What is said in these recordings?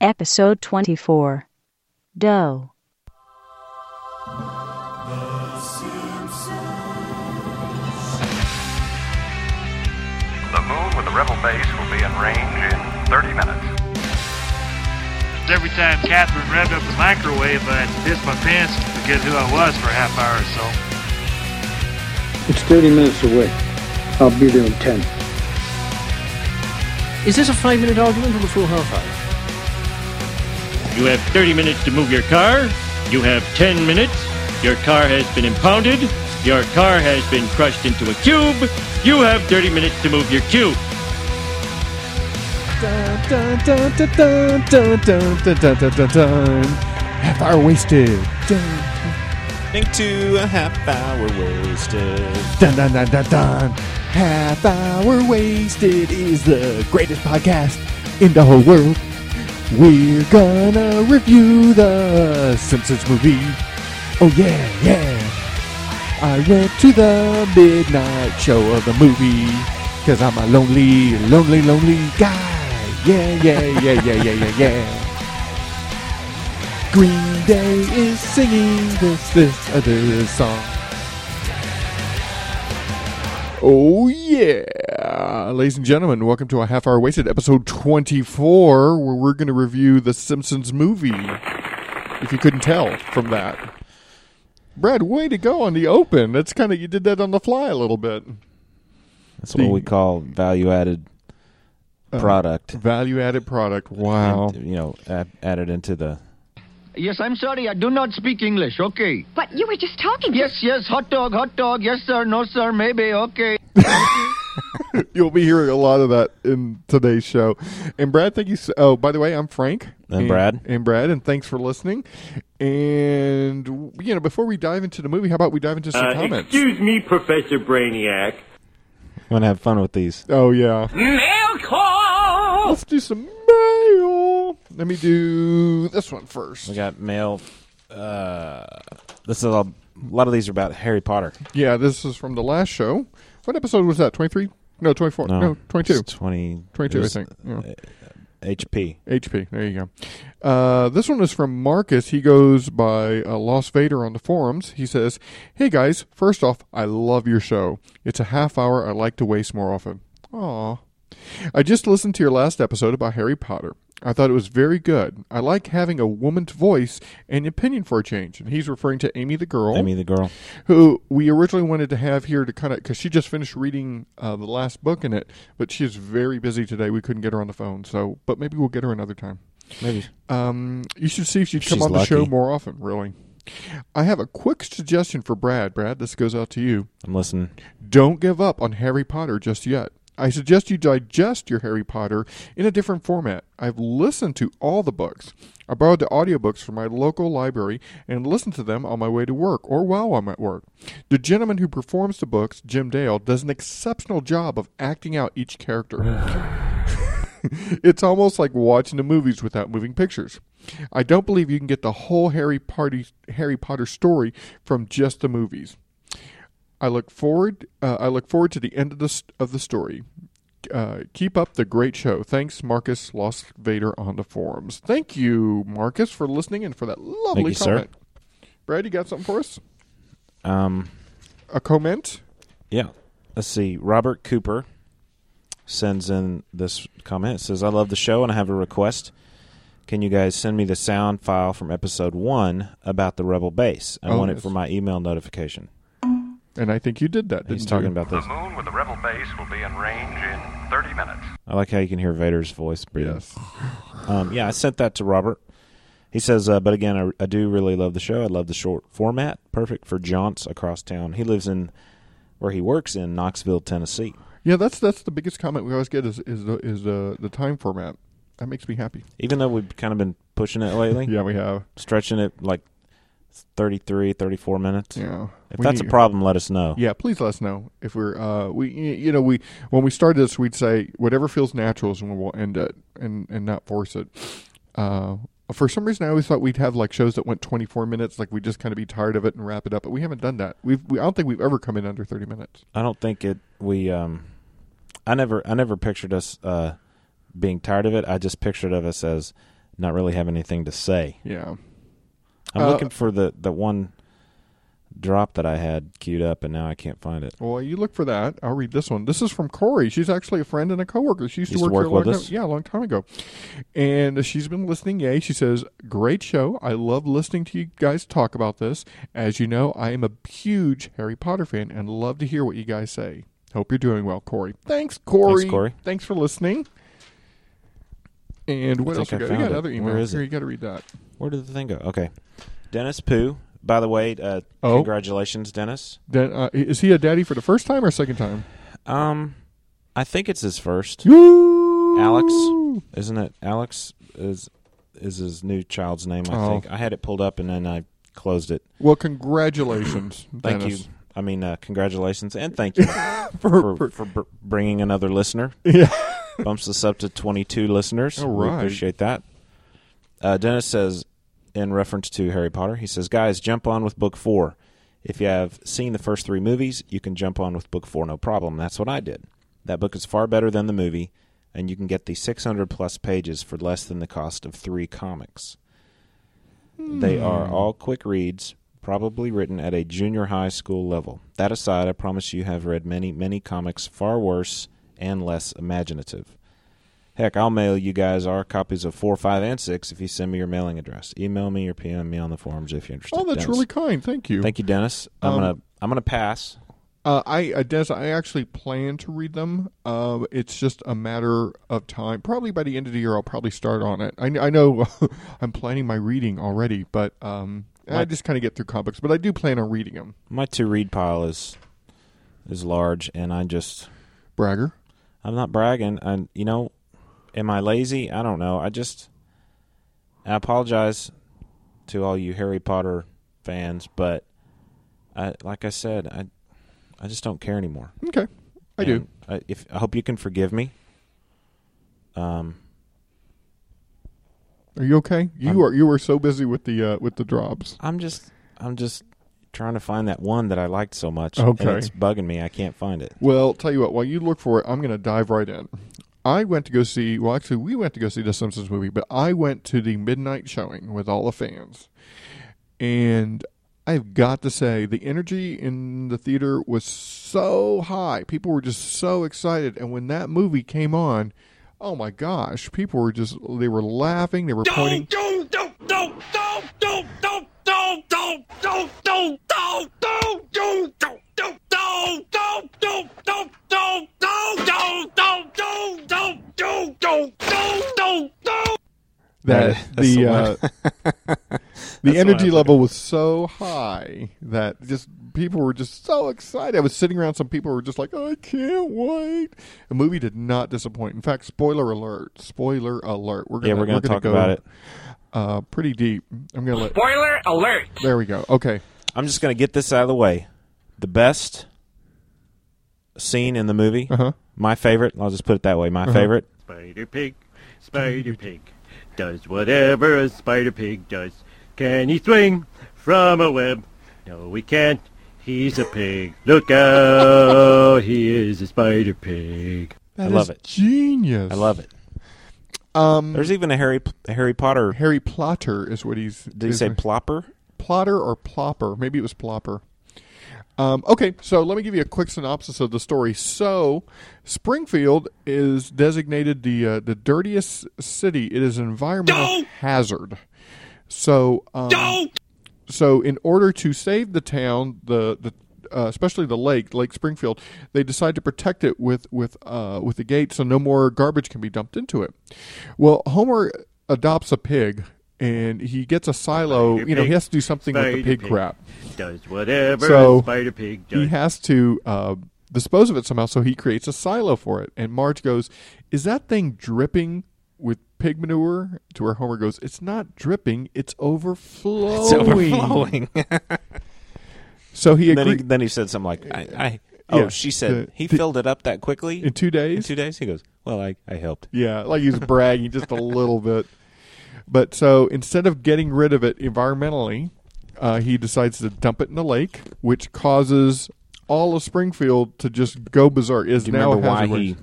Episode 24 Doe. The moon with the rebel base will be in range in 30 minutes. Just every time Catherine revved up the microwave, I'd piss my pants and forget who I was for a half hour or so. It's 30 minutes away. I'll be there in 10. Is this a five minute argument or the full half hour? You have 30 minutes to move your car. You have 10 minutes. Your car has been impounded. Your car has been crushed into a cube. You have 30 minutes to move your cube. Dun, dun, dun, dun, dun, dun, dun, dun, dun, dun, dun. Half hour wasted. Dun, Listening to a half hour wasted. dun, dun, dun, dun, dun. Half hour wasted is the greatest podcast in the whole world. We're gonna review the Simpsons movie. Oh yeah, yeah. I went to the midnight show of the movie because I'm a lonely, lonely, lonely guy. Yeah, yeah, yeah, yeah, yeah, yeah, yeah. Green Day is singing this, this, other song. Oh, yeah. Ladies and gentlemen, welcome to a half hour wasted episode 24, where we're going to review the Simpsons movie. If you couldn't tell from that. Brad, way to go on the open. That's kind of, you did that on the fly a little bit. That's what we call value added Uh-huh. product. Value added product. Wow. And, you know, add, added into the. Yes, I'm sorry, I do not speak English, okay? But you were just talking. to- Yes, yes, hot dog, hot dog, yes, sir, no, sir, maybe, okay. You'll be hearing a lot of that in today's show. And Brad, thank you. So, oh, by the way, I'm Frank. And Brad. And Brad, and thanks for listening. And, you know, before we dive into the movie, how about we dive into Uh, some comments? me, Professor Brainiac. I'm going to have fun with these. Oh, yeah. Mail call! Let's do some mail. Let me do this one first. We got mail. Uh, this is a, a lot of these are about Harry Potter. Yeah, this is from the last show. What episode was that? 23? No, 24. No, 22. Oh. it's 20, 22, I it's, think. Yeah. uh, HP. HP. There you go. Uh, this one is from Marcus. He goes by uh, Lost Vader on the forums. He says, "Hey guys, first off, I love your show. It's a half hour I like to waste more often. Aw, I just listened to your last episode about Harry Potter. I thought it was very good. I like having a woman's voice and opinion for a change. And he's referring to Amy the girl Amy the girl. who we originally wanted to have here to kind of because she just finished reading uh, the last book in it, but she's very busy today. We couldn't get her on the phone, so but maybe we'll get her another time. Maybe. Um, you should see if she'd come She's on the show lucky. more often. Really, I have a quick suggestion for Brad. Brad, this goes out to you. I'm listening. Don't give up on Harry Potter just yet. I suggest you digest your Harry Potter in a different format. I've listened to all the books. I borrowed the audiobooks from my local library and listened to them on my way to work or while I'm at work. The gentleman who performs the books, Jim Dale, does an exceptional job of acting out each character. it's almost like watching the movies without moving pictures. I don't believe you can get the whole Harry, Party, Harry Potter story from just the movies. I look forward. Uh, I look forward to the end of the st- of the story. Uh, keep up the great show. Thanks, Marcus Lost Vader on the forums. Thank you, Marcus, for listening and for that lovely you, sir. comment. Brad, you got something for us? Um, A comment? Yeah. Let's see. Robert Cooper sends in this comment. It says, I love the show and I have a request. Can you guys send me the sound file from episode one about the Rebel base? I Oh, want yes. it for my email notification. And I think you did that. Didn't He's talking you? about The this. moon with the rebel base will be in range in 30 minutes. I like how you can hear Vader's voice breathing. yes. Um, yeah, I sent that to Robert. He says, uh, but again, I, I do really love the show. I love the short format. Perfect for jaunts across town. He lives in where he works in Knoxville, Tennessee. Yeah, that's that's the biggest comment we always get is is the, is the the time format. That makes me happy. Even though we've kind of been pushing it lately, Yeah, we have. stretching it like 33, 34 minutes. Yeah, If We that's a need- problem, let us know. Yeah, please let us know if we're uh we y- you know we when we started this we'd say whatever feels natural is when we'll end it and and not force it. Uh, for some reason I always thought we'd have like shows that went 24 minutes, like we would just kind of be tired of it and wrap it up, but we haven't done that. We've we, I don't think we've ever come in under 30 minutes. I don't think it. We. Um, I never. I never pictured us uh, being tired of it. I just pictured of us as not really have anything to say. Yeah. I'm Uh, looking for the, the one drop that I had queued up, and now I can't find it. Well, you look for that. I'll read this one. This is from Corey. She's actually a friend and a coworker. She used to Used to work, here work a long with time- us? Yeah, a long time ago. And she's been listening. Yay. She says, Great show. I love listening to you guys talk about this. As you know, I am a huge Harry Potter fan and love to hear what you guys say. Hope you're doing well, Corey. Thanks, Corey. Corey. Thanks for listening. And what I else we got? think I We got found it. another email. Where is here, it? you got to read that. Where did the thing go? Okay. Dennis Pooh. By the way, uh, Oh. congratulations, Dennis. Then, uh, is he a daddy for the first time or second time? Um, I think it's his first. Woo! Alex, isn't it? Alex is is his new child's name. I Oh. think I had it pulled up and then I closed it. Well, congratulations. Thank Dennis. you. I mean, uh, congratulations and thank you for, for, br- bringing another listener. Yeah. Bumps us up to 22 listeners. All We right. appreciate that. Uh, Dennis says, in reference to Harry Potter, he says, guys, jump on with book four. If you have seen the first three movies, you can jump on with book four, no problem. That's what I did. That book is far better than the movie, and you can get the 600 plus pages for less than the cost of three comics. They are Hmm. all quick reads, probably written at a junior high school level. That aside, I promise you have read many, many comics far worse and less imaginative. Heck, I'll mail you guys our copies of 4, 5, and 6 if you send me your mailing address. Email me or PM me on the forums if you're interested. Oh, that's Dennis. really kind. Thank you. Thank you, Dennis. I'm Um, gonna I'm gonna pass. Uh, I, uh, Dennis, I actually plan to read them. Um, it's just a matter of time. Probably by the end of the year, I'll probably start on it. I, I know I'm planning my reading already, but um, I Like- just kind of get through comics. But I do plan on reading them. My to read pile is is large, and I just Bragger. I'm not bragging. And you know, am I lazy? I don't know. I just I apologize to all you Harry Potter fans, but I like I said, I I just don't care anymore. Okay, I do. And I, if I hope you can forgive me. Um, Are you okay? You I'm- are. You were so busy with the uh, with the drops. I'm just I'm just trying to find that one that I liked so much, and Okay. it's bugging me. I can't find it. Well, tell you what. While you look for it, I'm going to dive right in. I went to go see. Well, actually, we went to go see the Simpsons movie, but I went to the midnight showing with all the fans, and I've got to say the energy in the theater was so high. People were just so excited, and when that movie came on, oh my gosh, people were just they were laughing, they were pointing. that That- that's the the uh, the energy level was so high that just people were just so excited. I was sitting around some people who were just like, "I can't wait." The movie did not disappoint. In fact, spoiler alert! Spoiler alert! We're gonna, yeah, we're gonna talk go, about it. uh, pretty deep. I'm gonna let spoiler alert. There we go. Okay, I'm just gonna get this out of the way. The best scene in the movie, Uh-huh. my favorite. I'll just put it that way. My favorite. Spider Pig, Spider Pig, does whatever a Spider Pig does. Can he swing from a web? No, he can't. He's a pig. Look out! He is a Spider Pig. That I love is it. Genius. I love it. Um, There's even a Harry a Harry Potter. Harry Plotter is what he's. Did he is- say plopper? plotter or plopper. Maybe it was plopper. Um, okay, so let me give you a quick synopsis of the story. So, Springfield is designated the uh, the dirtiest city. It is an environmental hazard. So, um, so in order to save the town, the the uh, especially the lake, Lake Springfield, they decide to protect it with with uh, with the gate, so no more garbage can be dumped into it. Well, Homer adopts a pig, and he gets a silo. Spider You know, he pig, has to do something with the spider pig pig. crap. Does whatever So, a Spider Pig He does. has to uh, dispose of it somehow, so he creates a silo for it. And Marge goes, "Is that thing dripping?" With pig manure, to where Homer goes, it's not dripping, it's overflowing. It's overflowing. Oh. So he then, he, agreed. then he said something like, "I." I oh, Yeah. she said The- he the- filled it up that quickly in two in days. two days. He goes, "Well, I I helped." Yeah, like he was bragging just a little bit. But so instead of getting rid of it environmentally, uh, he decides to dump it in the lake, which causes all of Springfield to just go berserk. Is Do you now a remember why hazard. he?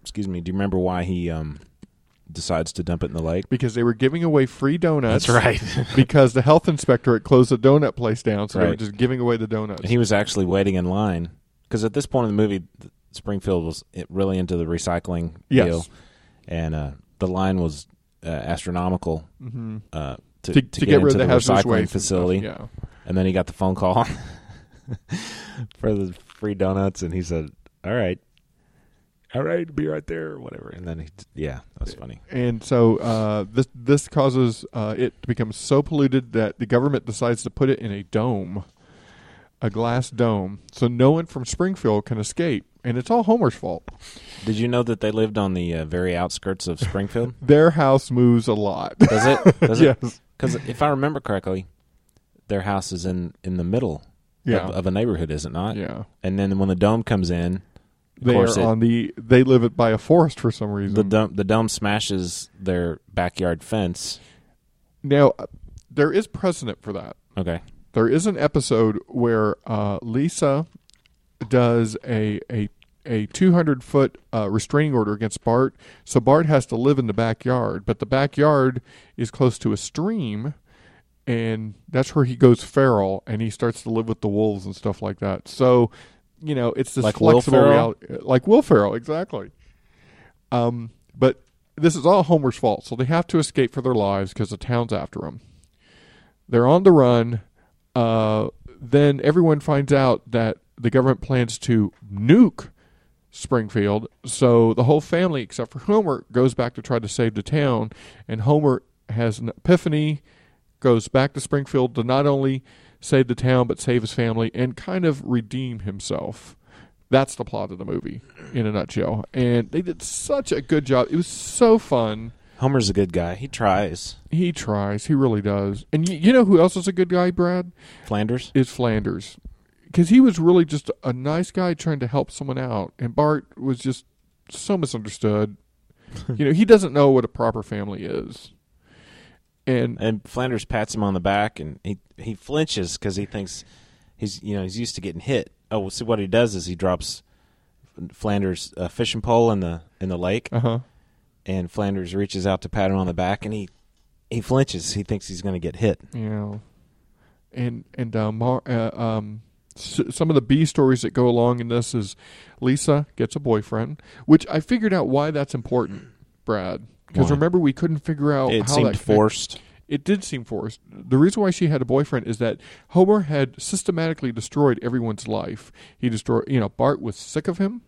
Excuse me. Do you remember why he um decides to dump it in the lake. because they were giving away free donuts. That's right. because the health inspector had closed the donut place down, so they were Right. just giving away the donuts. He was actually waiting in line because at this point in the movie, th- Springfield was i- really into the recycling Yes. deal, and uh, the line was uh, astronomical Mhm. uh, to, To- to, to get, get rid into of the the, hazardous recycling waste and stuff, facility. yeah. and then he got the phone call for the free donuts, and he said, "All right." All right, be right there, or whatever, and then he, yeah, that's funny. and so uh, this this causes uh, it to become so polluted that the government decides to put it in a dome, a glass dome, so no one from Springfield can escape. And it's all Homer's fault. Did you know that they lived on the uh, very outskirts of Springfield? Their house moves a lot. Does it? Does it? Yes. Because if I remember correctly, their house is in in the middle Yeah. of, of a neighborhood, is it not? Yeah. And then when the dome comes in, of They course, are it, on the. They live it by a forest for some reason. the dome the dome smashes their backyard fence. now, uh, there is precedent for that. Okay. there is an episode where uh, Lisa does a a a 200 foot uh, restraining order against Bart. So Bart has to live in the backyard, but the backyard is close to a stream, and that's where he goes feral and he starts to live with the wolves and stuff like that. So, you know, it's this Like Will flexible Ferrell? reality, like Will Ferrell, exactly. Um, but this is all Homer's fault. So they have to escape for their lives because the town's after them. They're on the run. Uh, then everyone finds out that the government plans to nuke Springfield. So the whole family, except for Homer, goes back to try to save the town. And Homer has an epiphany, goes back to Springfield to not only save the town, but save his family and kind of redeem himself. That's the plot of the movie in a nutshell. And they did such a good job. It was so fun. Homer's a good guy. He tries. He tries. He really does. And you, you know who else is a good guy, Brad? Flanders. Is Flanders. Because he was really just a nice guy trying to help someone out. And Bart was just so misunderstood. you know, he doesn't know what a proper family is. And And Flanders pats him on the back, and he he flinches because he thinks he's you know he's used to getting hit. Oh, well, see what he does is he drops Flanders' uh, fishing pole in the in the lake, uh huh. and Flanders reaches out to pat him on the back, and he he flinches. He thinks he's going to get hit. Yeah. And and uh, Mar- uh, um, s- some of the B stories that go along in this is Lisa gets a boyfriend, which I figured out why that's important, Brad. Because Why? remember we couldn't figure out Oh, It how seemed that connect- forced. It did seem forced. The reason why she had a boyfriend is that Homer had systematically destroyed everyone's life. He destroyed, you know, Bart was sick of him.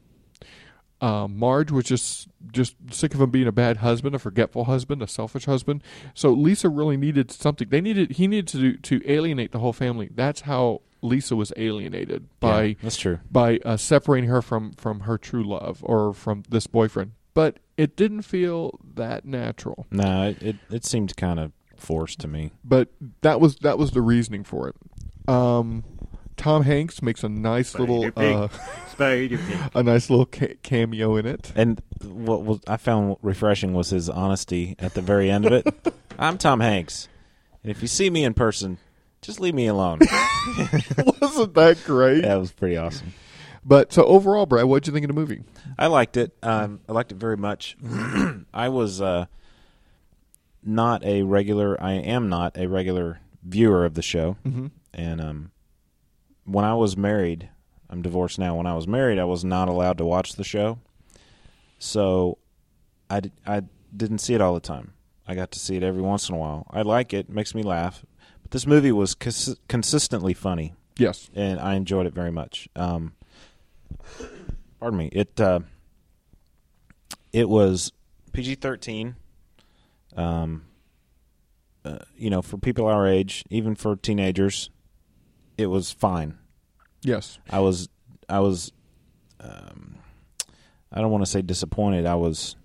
Uh, Marge was just just sick of him being a bad husband, a forgetful husband, a selfish husband. So Lisa really needed something. They needed he needed to do, to alienate the whole family. That's how Lisa was alienated by Yeah, that's true. by uh, separating her from from her true love or from this boyfriend. But it didn't feel that natural. No, it, it, it seemed kind of forced to me. but that was that was the reasoning for it. Um, Tom Hanks makes a nice little Spider Pig. uh, Spider Pig. a nice little ca- cameo in it. And what was I found refreshing was his honesty at the very end of it. I'm Tom Hanks, and if you see me in person, just leave me alone. Wasn't that great? that was pretty awesome. But so overall, Brad, what'd you think of the movie? I liked it. Um, I liked it very much. I was uh, not a regular. I am not a regular viewer of the show. Mm-hmm. And um, when I was married, I'm divorced now. When I was married, I was not allowed to watch the show, so I d- I didn't see it all the time. I got to see it every once in a while. I like it. it makes me laugh. But this movie was cons- consistently funny Yes, and I enjoyed it very much. Um, pardon me. It uh, it was PG thirteen. Um, uh, you know, for people our age, even for teenagers, it was fine. yes. I was I was um, I don't want to say disappointed. I was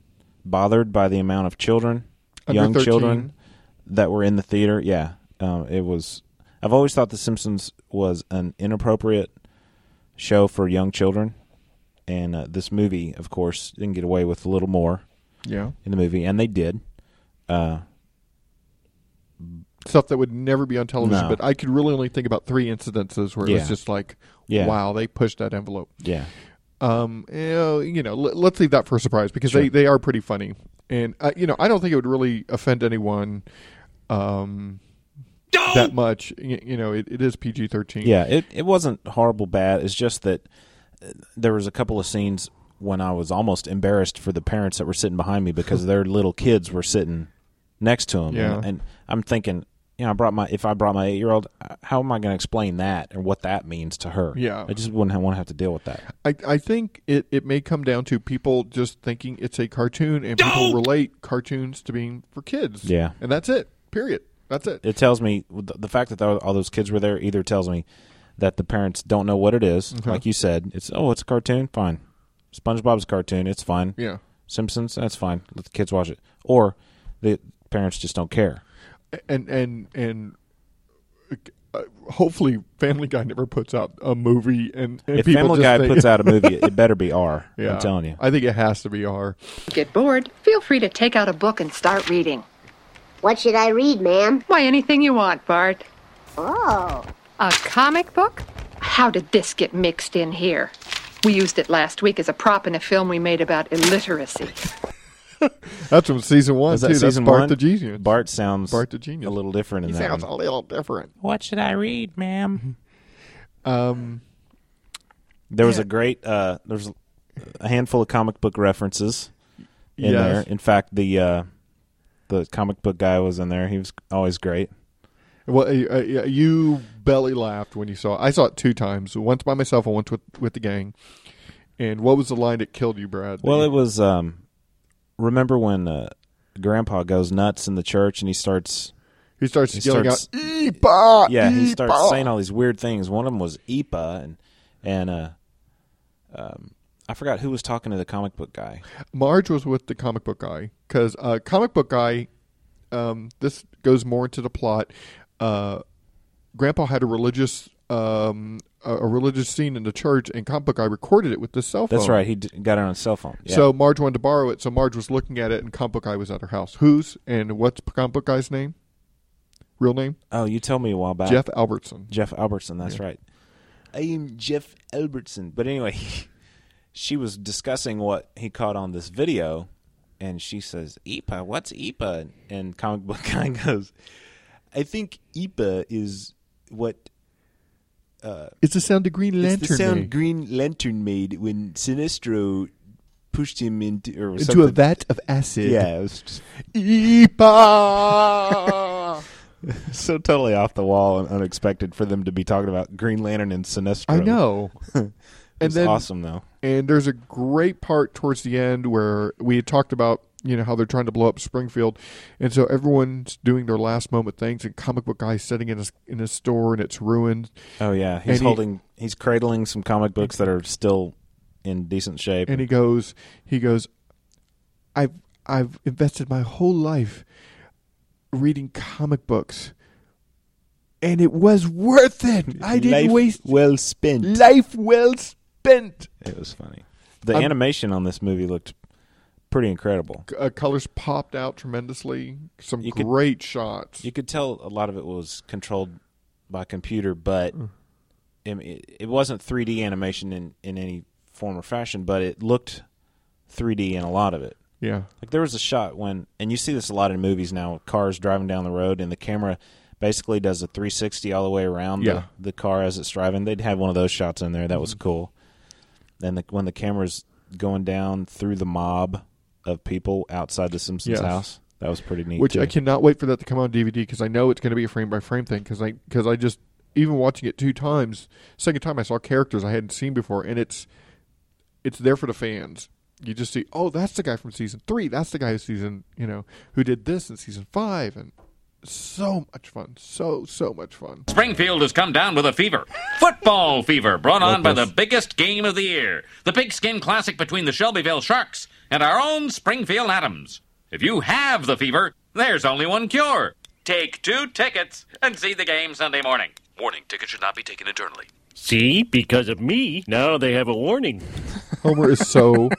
bothered by the amount of children, Under young 13. children that were in the theater. Yeah, um, it was. I've always thought The Simpsons was an inappropriate show for young children, and uh, this movie, of course, didn't get away with a little more Yeah, in the movie, and they did. Uh, stuff that would never be on television. No. But I could really only think about three incidences where it was Yeah. just like, Yeah. wow, they pushed that envelope. yeah, eh, Um, you know, you know, let- let's leave that for a surprise because Sure. they, they are pretty funny. and uh, you know I don't think it would really offend anyone um, that much. You, you know, it, it is PG thirteen. Yeah, it, it wasn't horrible bad. It's just that uh, there was a couple of scenes when I was almost embarrassed for the parents that were sitting behind me because their little kids were sitting next to them. Yeah. And, and I'm thinking, you know, I brought my if I brought my eight year old, how am I going to explain that and what that means to her? Yeah. I just wouldn't want to have to deal with that. I, I think it, it may come down to people just thinking it's a cartoon and people relate cartoons to being for kids. Yeah. And that's it. Period. That's it. It tells me the the fact that all those kids were there either tells me that the parents don't know what it is, Mm-hmm. like you said. It's oh, it's a cartoon, fine. SpongeBob's a cartoon, it's fine. Yeah. Simpsons, that's fine. Let the kids watch it. Or the parents just don't care. And and and uh, hopefully Family Guy never puts out a movie and, and if people Family just Guy think- puts out a movie, it better be R. yeah, am telling you. I think it has to be R. Get bored? Feel free to take out a book and start reading. What should I read, ma'am? Why, anything you want, Bart. Oh. A comic book? How did this get mixed in here? We used it last week as a prop in a film we made about illiteracy. That's from season one Is that too. season that's Bart one? the Genius. Bart sounds Bart the Genius. a little different in He that. sounds one. a little different. What should I read, ma'am? Um, There was a great uh, there's a handful of comic book references Yes. in there. In fact, the uh, the comic book guy was in there. He was always great. Well, uh, uh, yeah, you belly laughed when you saw. it. I saw it two times. Once by myself, and once with with the gang. And what was the line that killed you, Brad? Well, it was um, remember when uh, Grandpa goes nuts in the church and he starts he starts he yelling starts- out, "Epa!" yeah he starts "Epa!" saying all these weird things. One of them was EPA and and uh, um, I forgot who was talking to the comic book guy. Marge was with the comic book guy because uh, comic book guy. Um, this goes more into the plot. Uh, Grandpa had a religious um, a, a religious scene in the church, and comic book guy recorded it with the cell phone. That's right. He d- got it on his cell phone. Yeah. Oh. So Marge wanted to borrow it, so Marge was looking at it, and comic book guy was at her house. Whose and what's comic book guy's name? Real name? oh, you tell me a while back. Jeff Albertson. Jeff Albertson. That's right. I am Jeff Albertson. But anyway, she was discussing what he caught on this video, and she says, "EPA, what's EPA?" And comic book guy goes, "I think EPA is what It's the sound of Green Lantern. it's the sound made Green Lantern made when Sinestro pushed him into or into a something." vat of acid. Yeah, it was just Eepa! so totally off the wall and unexpected for them to be talking about Green Lantern and Sinestro. I know. It's and then awesome though. and there's a great part towards the end where we had talked about you know how they're trying to blow up Springfield, and so everyone's doing their last moment things. And comic book guy's sitting in his in his store and it's ruined, Oh yeah, And he's he- holding, he's cradling some comic books that are still in decent shape. and he goes he goes i've i've invested my whole life reading comic books and it was worth it i didn't Life waste well spent. life well spent It was funny. The I'm- animation on this movie looked pretty incredible. uh, colors popped out tremendously some You could- great shots You could tell a lot of it was controlled by computer, but Mm. I mean, it, it wasn't 3D animation in in any form or fashion. But it looked 3D in a lot of it. yeah Like there was a shot when, and you see this a lot in movies now, with cars driving down the road, and the camera basically does a 360 all the way around Yeah. Mm-hmm. the, the car as it's driving. They'd have one of those shots in there. That was cool. And the, when the camera's going down through the mob of people outside the Simpsons Yes. house, that was pretty neat. which too. i cannot wait for that to come on dvd because i know it's going to be a frame by frame thing because i because i just even watching it two times second time i saw characters i hadn't seen before and it's it's there for the fans. You just see, oh, that's the guy from season three. That's the guy who season, you know, who did this in season five, and so much fun, so so much fun. Springfield has come down with a fever. Football fever brought on by the biggest game of the year. The Pigskin Classic between the Shelbyville Sharks and our own Springfield Adams. If you have the fever, there's only one cure. Take two tickets and see the game Sunday morning. Warning, tickets should not be taken internally. See, because of me, now they have a warning. Homer is so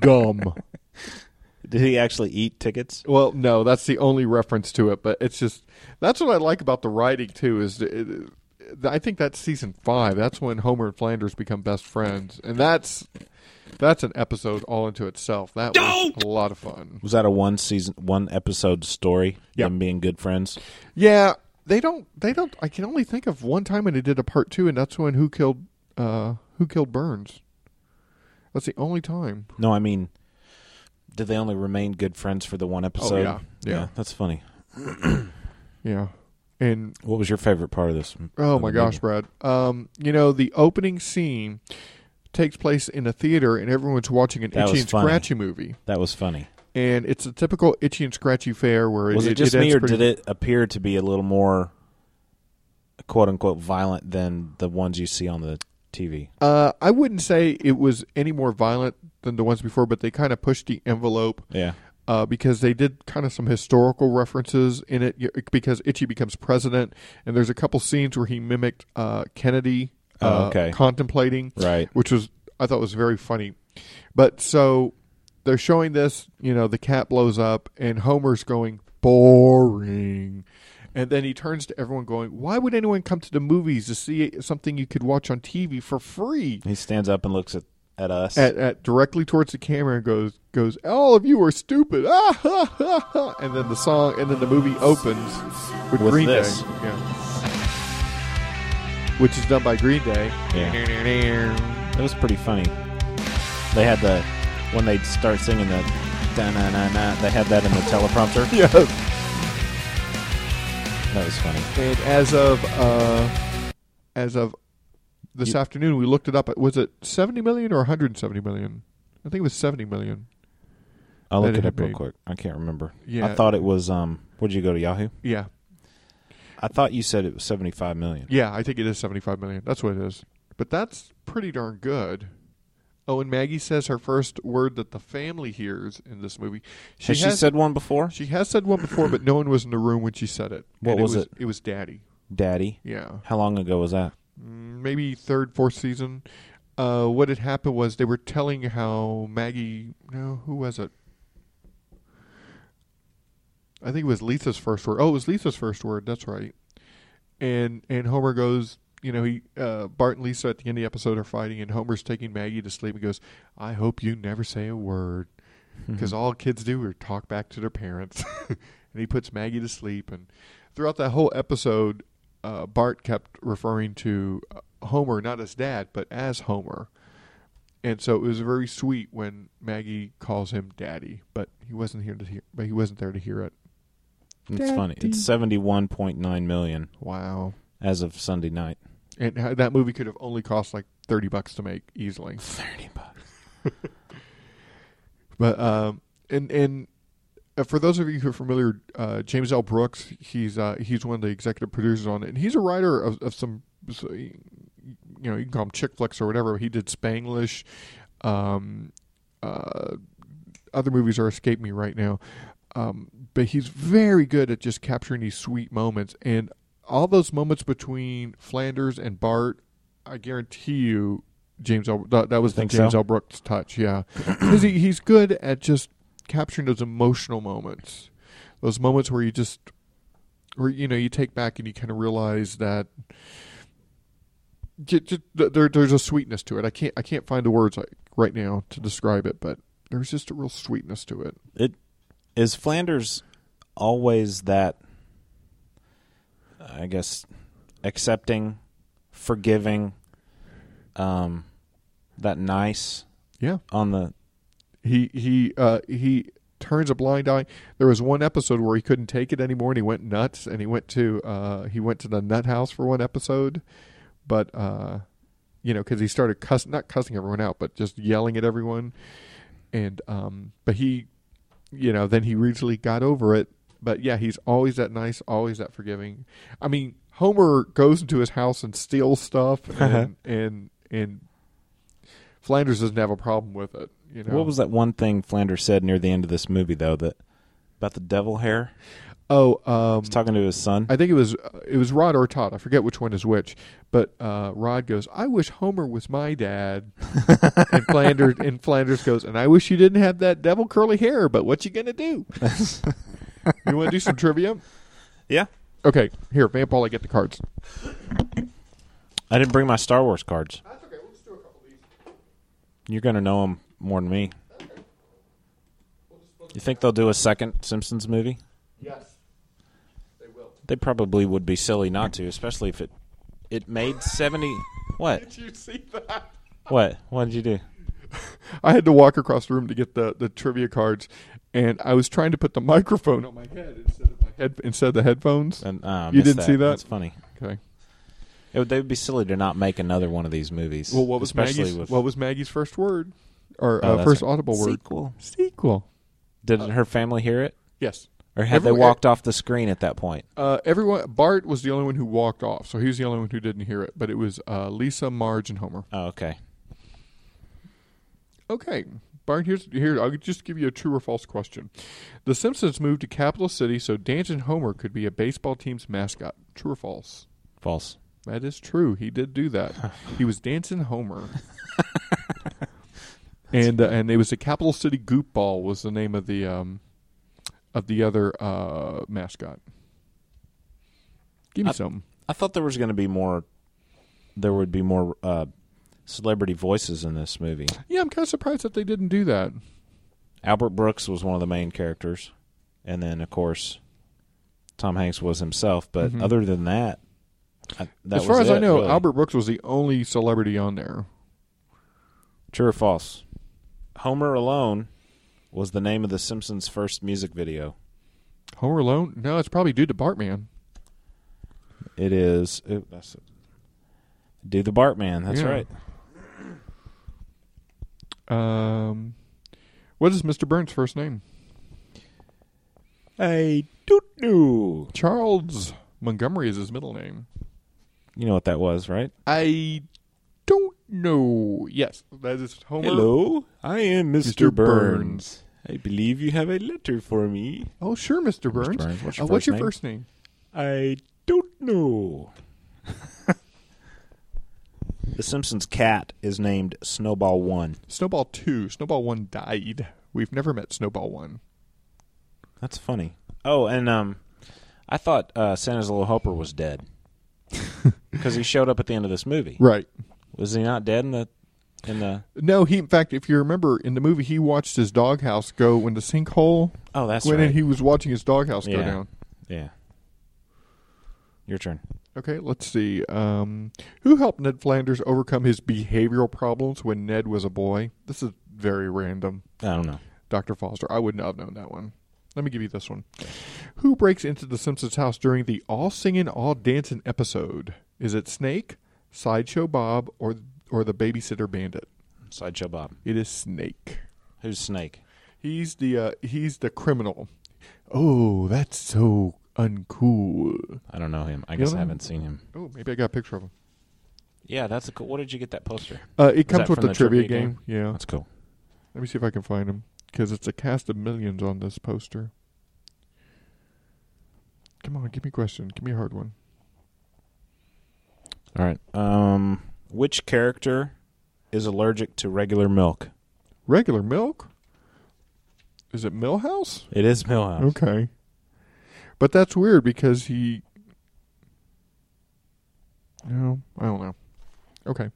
dumb. Did he actually eat tickets? Well, no, that's the only reference to it, but it's just that's what I like about the writing too. Is it, it- I think that's season five. That's when Homer and Flanders become best friends, and that's That's an episode all into itself. That was a lot of fun. Was that a one season, one episode story? Yeah, them being good friends. Yeah, they don't. They don't. I can only think of one time when they did a part two, and that's when who killed uh, who killed Burns. That's the only time. No, I mean, did they only remain good friends for the one episode? Oh, yeah. Yeah. that's funny. yeah, and what was your favorite part of this? Oh of my the gosh, movie? Brad. Um, you know, the opening scene takes place in a theater and everyone's watching an That itchy was and funny. scratchy movie. that was funny. And it's a typical itchy and scratchy fair where Was it, it, just ends me, or pretty- did it appear to be a little more "quote unquote" violent than the ones you see on the TV? Uh, I wouldn't say it was any more violent than the ones before, but they kind of pushed the envelope. Yeah. Uh, because they did kind of some historical references in it, y- because Itchy becomes president, and there's a couple scenes where he mimicked uh, Kennedy Oh, uh, okay. contemplating, Right. Which was I thought was very funny. But so they're showing this, you know, the cat blows up, and Homer's going boring, and then he turns to everyone going, "Why would anyone come to the movies to see something you could watch on TV for free?" He stands up and looks at, at us. at, at directly towards the camera and goes goes all of you are stupid ah, ha, ha, ha. and then the song and then the movie opens with, With Green this. Day yeah. which is done by Green Day Yeah. It was pretty funny. They had the when they would start singing the da na na na. They had that in the teleprompter. yes that was funny. and as of uh as of this You- afternoon we looked it up was it 70 million or 170 million I think it was 70 million I'll That look it had up real made. quick. I can't remember. Yeah. I thought it was. Um, where'd you go to Yahoo? yeah I thought you said it was seventy-five million. Yeah, I think it is 75 million. That's what it is. But that's pretty darn good. Oh, and Maggie says her first word that the family hears in this movie. Has she said one before? She has said one before, but no one was in the room when she said it. What And was it was it? It was Daddy. Daddy. Yeah. How long ago was that? Mm, Maybe third, fourth season. Uh, what had happened was they were telling how Maggie. No, who was it? I think it was Lisa's first word. Oh, it was Lisa's first word. That's right. And and Homer goes, you know, he uh, Bart and Lisa at the end of the episode are fighting, and Homer's taking Maggie to sleep. and goes, "I hope you never say a word, because all kids do is talk back to their parents." and he puts Maggie to sleep. And throughout that whole episode, uh, Bart kept referring to uh, Homer not as dad, but as Homer. And so it was very sweet when Maggie calls him daddy, but he wasn't here to hear. But he wasn't there to hear it. It's funny. Daddy. It's seventy-one point nine million. Wow. As of Sunday night. And how- that movie could have only cost like thirty bucks to make easily. Thirty bucks. but um, and and uh, for those of you who are familiar, uh, James L. Brooks, he's uh, he's one of the executive producers on it, and he's a writer of, of some, so, you know, you can call him chick flicks or whatever. He did Spanglish. Um, uh, other movies are escape me right now, um, but he's very good at just capturing these sweet moments and all those moments between Flanders and Bart. I guarantee you, James L. That, that was the Think James so? L. Brooks touch. Yeah, because he, he's good at just capturing those emotional moments, those moments where you just, where you know, you take back and you kind of realize that. ju- ju- th- there, there's a sweetness to it. I can't, I can't find the words like, right now to describe it, but there's just a real sweetness to it. It is Flanders always that I guess accepting, forgiving, um that nice. Yeah. On the He he uh, he turns a blind eye. There was one episode where he couldn't take it anymore, and he went nuts, and he went to uh, he went to the nut house for one episode, but uh, you know because he started cussing not cussing everyone out, but just yelling at everyone, and um, but he you know then he recently got over it. But yeah, he's always that nice, always that forgiving. I mean, Homer goes into his house and steals stuff, and and, and Flanders doesn't have a problem with it. You know What was that one thing Flanders said near the end of this movie though that about the devil hair? Oh, um, He's talking to his son. I think it was it was Rod or Todd. I forget which one is which. But uh, Rod goes, "I wish Homer was my dad," and Flanders and Flanders goes, "And I wish you didn't have that devil curly hair." But what you gonna do? you want to do some trivia? Yeah. Okay, here, Vamp while I get the cards. I didn't bring my Star Wars cards. You're gonna know them more than me. You think they'll do a second Simpsons movie? Yes. They probably would be silly not to, especially if it it made seventy. What? Did you see that? What? What did you do? I had to walk across the room to get the, the trivia cards, and I was trying to put the microphone on my head instead of my head instead of the headphones. And, uh, I you missed didn't see that? That's funny. Okay. It would, they would be silly to not make another one of these movies. Well, what was especially Maggie's with what was Maggie's first word or Oh, uh, that's first right. audible word? Sequel. Sequel. Did her family hear it? Yes. Or had they Everyone- walked off the screen at that point? Uh, everyone Bart was the only one who walked off, so he was the only one who didn't hear it. But it was uh, Lisa, Marge, and Homer. Oh, okay. Okay, Bart. Here's here. I'll just give you a true or false question. The Simpsons moved to Capital City so Dange and Homer could be a baseball team's mascot. True or false? False. That is true. He did do that. he was dancing Homer. and uh, and it was the Capital City Goopball was the name of the um of the other uh mascot. Give me some. I thought there was going to be more. There would be more uh, celebrity voices in this movie. Yeah, I'm kind of surprised that they didn't do that. Albert Brooks was one of the main characters, and then of course, Tom Hanks was himself. But Mhm. other than that, I, that as far was as I it, know, really. Albert Brooks was the only celebrity on there. True or false? Homer Alone was the name of the Simpsons' first music video. Homer Alone? No, it's probably due to Bartman. It is. It, that's it. Do the Bartman. That's Yeah. right. Um, what is Mr. Burns' first name? I don't know. Charles Montgomery is his middle name. You know what that was, right? I don't know. Yes, that is Homer. Hello, I am Mr. Mr. Burns. I believe you have a letter for me. Oh, sure, Mr. Burns. Burns, what's Uh, your first name? first name? I don't know. The Simpsons cat is named Snowball One. Snowball 2. Snowball 1 died. We've never met Snowball 1. That's funny. Oh, and um, I thought uh, Santa's Little Helper was dead because he showed up at the end of this movie. Right. Was he not dead in the in the? No, he. In fact, if you remember in the movie, he watched his doghouse go when the sinkhole. Oh, that's went in, right. he was watching his doghouse go Yeah. down. Yeah. Your turn. Okay, let's see. Um, who helped Ned Flanders overcome his behavioral problems when Ned was a boy? This is very random. I don't know. Dr. Foster. I would not have known that one. Let me give you this one. Who breaks into the Simpsons house during the all singing, all dancing episode? Is it Snake, Sideshow Bob, or or the Babysitter Bandit? Sideshow Bob. It is Snake. Who's Snake? He's the uh, he's the criminal. Oh, that's so uncool. I don't know him. I You guess don't I know? haven't seen him. Oh, maybe I got a picture of him. Yeah, that's a cool. What did you get that poster? Uh, Was it comes that with from the, trivia, game. Yeah, That's cool. Let me see if I can find him because it's a cast of millions on this poster. Come on, give me a question. Give me a hard one. All right. Um, which character is allergic to regular milk? Regular milk? Is it Millhouse? It is Milhouse. Okay. But that's weird because he. No, I don't know. Okay.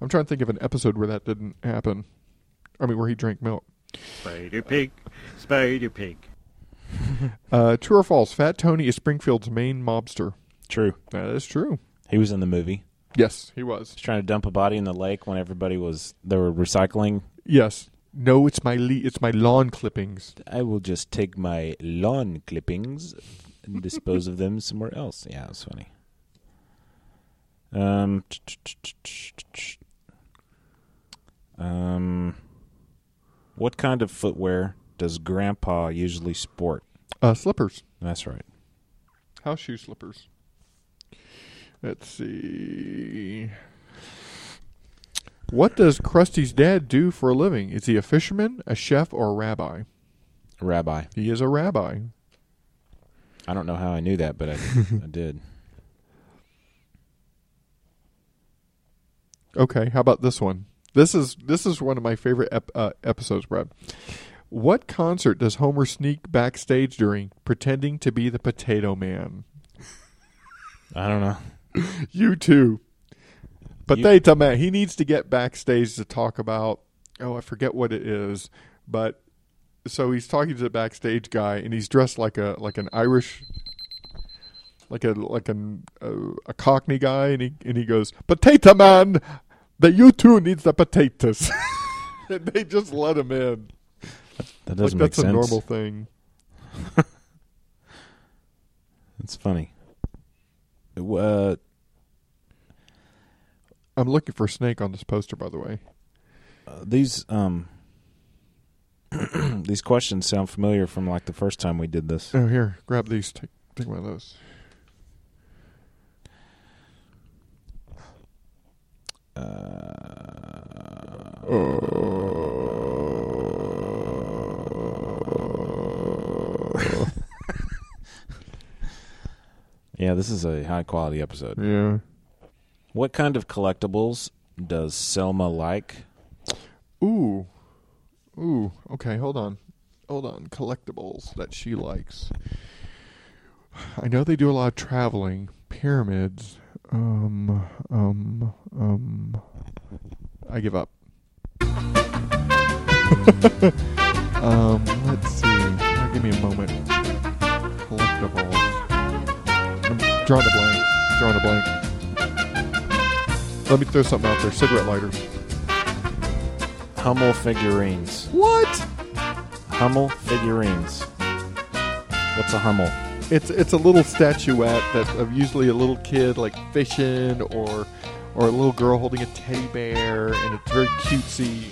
I'm trying to think of an episode where that didn't happen. I mean, where he drank milk. Spider Pig, Spider Pig. Uh, true or false? Fat Tony is Springfield's main mobster. True. That is true. He was in the movie. Yes, he was. He's trying to dump a body in the lake when everybody was they were recycling. Yes. No, it's my le- it's my lawn clippings. I will just take my lawn clippings and dispose of them somewhere else. Yeah, that's funny. Um, um, what kind of footwear does Grandpa usually sport? Uh, slippers. That's right. House shoe slippers. Let's see. What does Krusty's dad do for a living? Is he a fisherman, a chef, or a rabbi? Rabbi. He is a rabbi. I don't know how I knew that, but I, I did. Okay, how about this one? This is this is one of my favorite ep- uh, episodes, Brad. What concert does Homer sneak backstage during, pretending to be the Potato Man? I don't know. You too. Potato Man. He needs to get backstage to talk about oh, I forget what it is, but so he's talking to the backstage guy, and he's dressed like a like an Irish, like a like an, a, a Cockney guy, and he and he goes, "Potato man, the U two needs the potatoes." and they just let him in. That doesn't like, that's make a sense. normal thing. It's funny. Uh, I'm looking for Snake on this poster, by the way. Uh, these um these questions sound familiar from like the first time we did this. Oh, here, grab these. Take, take one of those. Uh, Oh, Yeah, this is a high quality episode. Yeah. What kind of collectibles does Selma like? Ooh. Ooh. Okay, hold on. Hold on. Collectibles that she likes. I know they do a lot of traveling. Pyramids. Um, um, um. I give up. um, let's see. Now give me a moment. Collectibles. I'm drawing a blank. Drawing a blank. Let me throw something out there. Cigarette lighters. Hummel figurines. What? Hummel figurines. What's a Hummel? It's it's a little statuette that's of usually a little kid like fishing or or a little girl holding a teddy bear, and it's very cutesy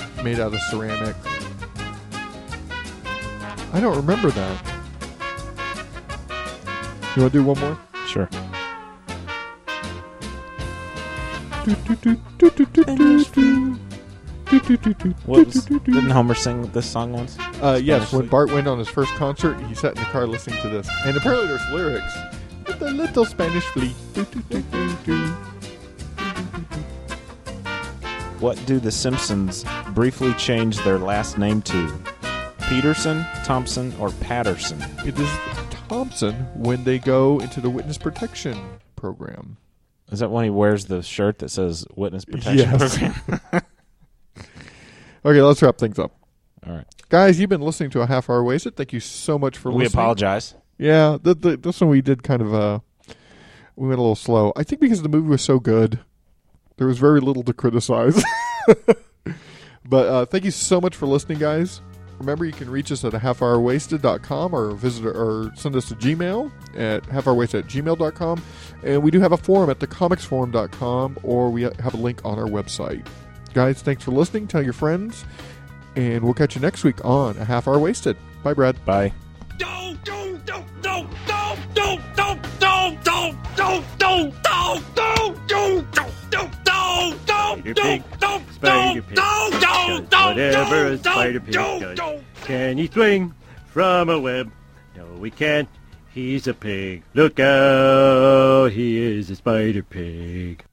and made out of ceramic. I don't remember that. You want to do one more? Sure. What was, didn't Homer sing this song once? Uh, yes, Spanish when League? Bart went on his first concert, he sat in the car listening to this, and apparently there's lyrics. With the little Spanish flea. Do, do, do, do, do. What do the Simpsons briefly change their last name to? Peterson, Thompson, or Patterson? It is Thompson when they go into the witness protection program. Is that when he wears the shirt that says Witness Protection Yes. Program? Okay, let's wrap things up. All right. Guys, you've been listening to a half hour wasted. Thank you so much for We listening. apologize. Yeah, th th this one we did kind of uh we went a little slow. I think because the movie was so good, there was very little to criticize. but uh thank you so much for listening, guys. Remember you can reach us at halfhourwasted.com or visit or send us a Gmail at halfhourwasted at gmail.com. And we do have a forum at thecomicsforum.com or we have a link on our website. Guys, thanks for listening. Tell your friends. And we'll catch you next week on A Half Hour Wasted. Bye, Brad. Bye. Spider Pig does whatever a Spider Pig does. Can he swing from a web? No, we can't. He's a pig. Look out! He is a Spider Pig.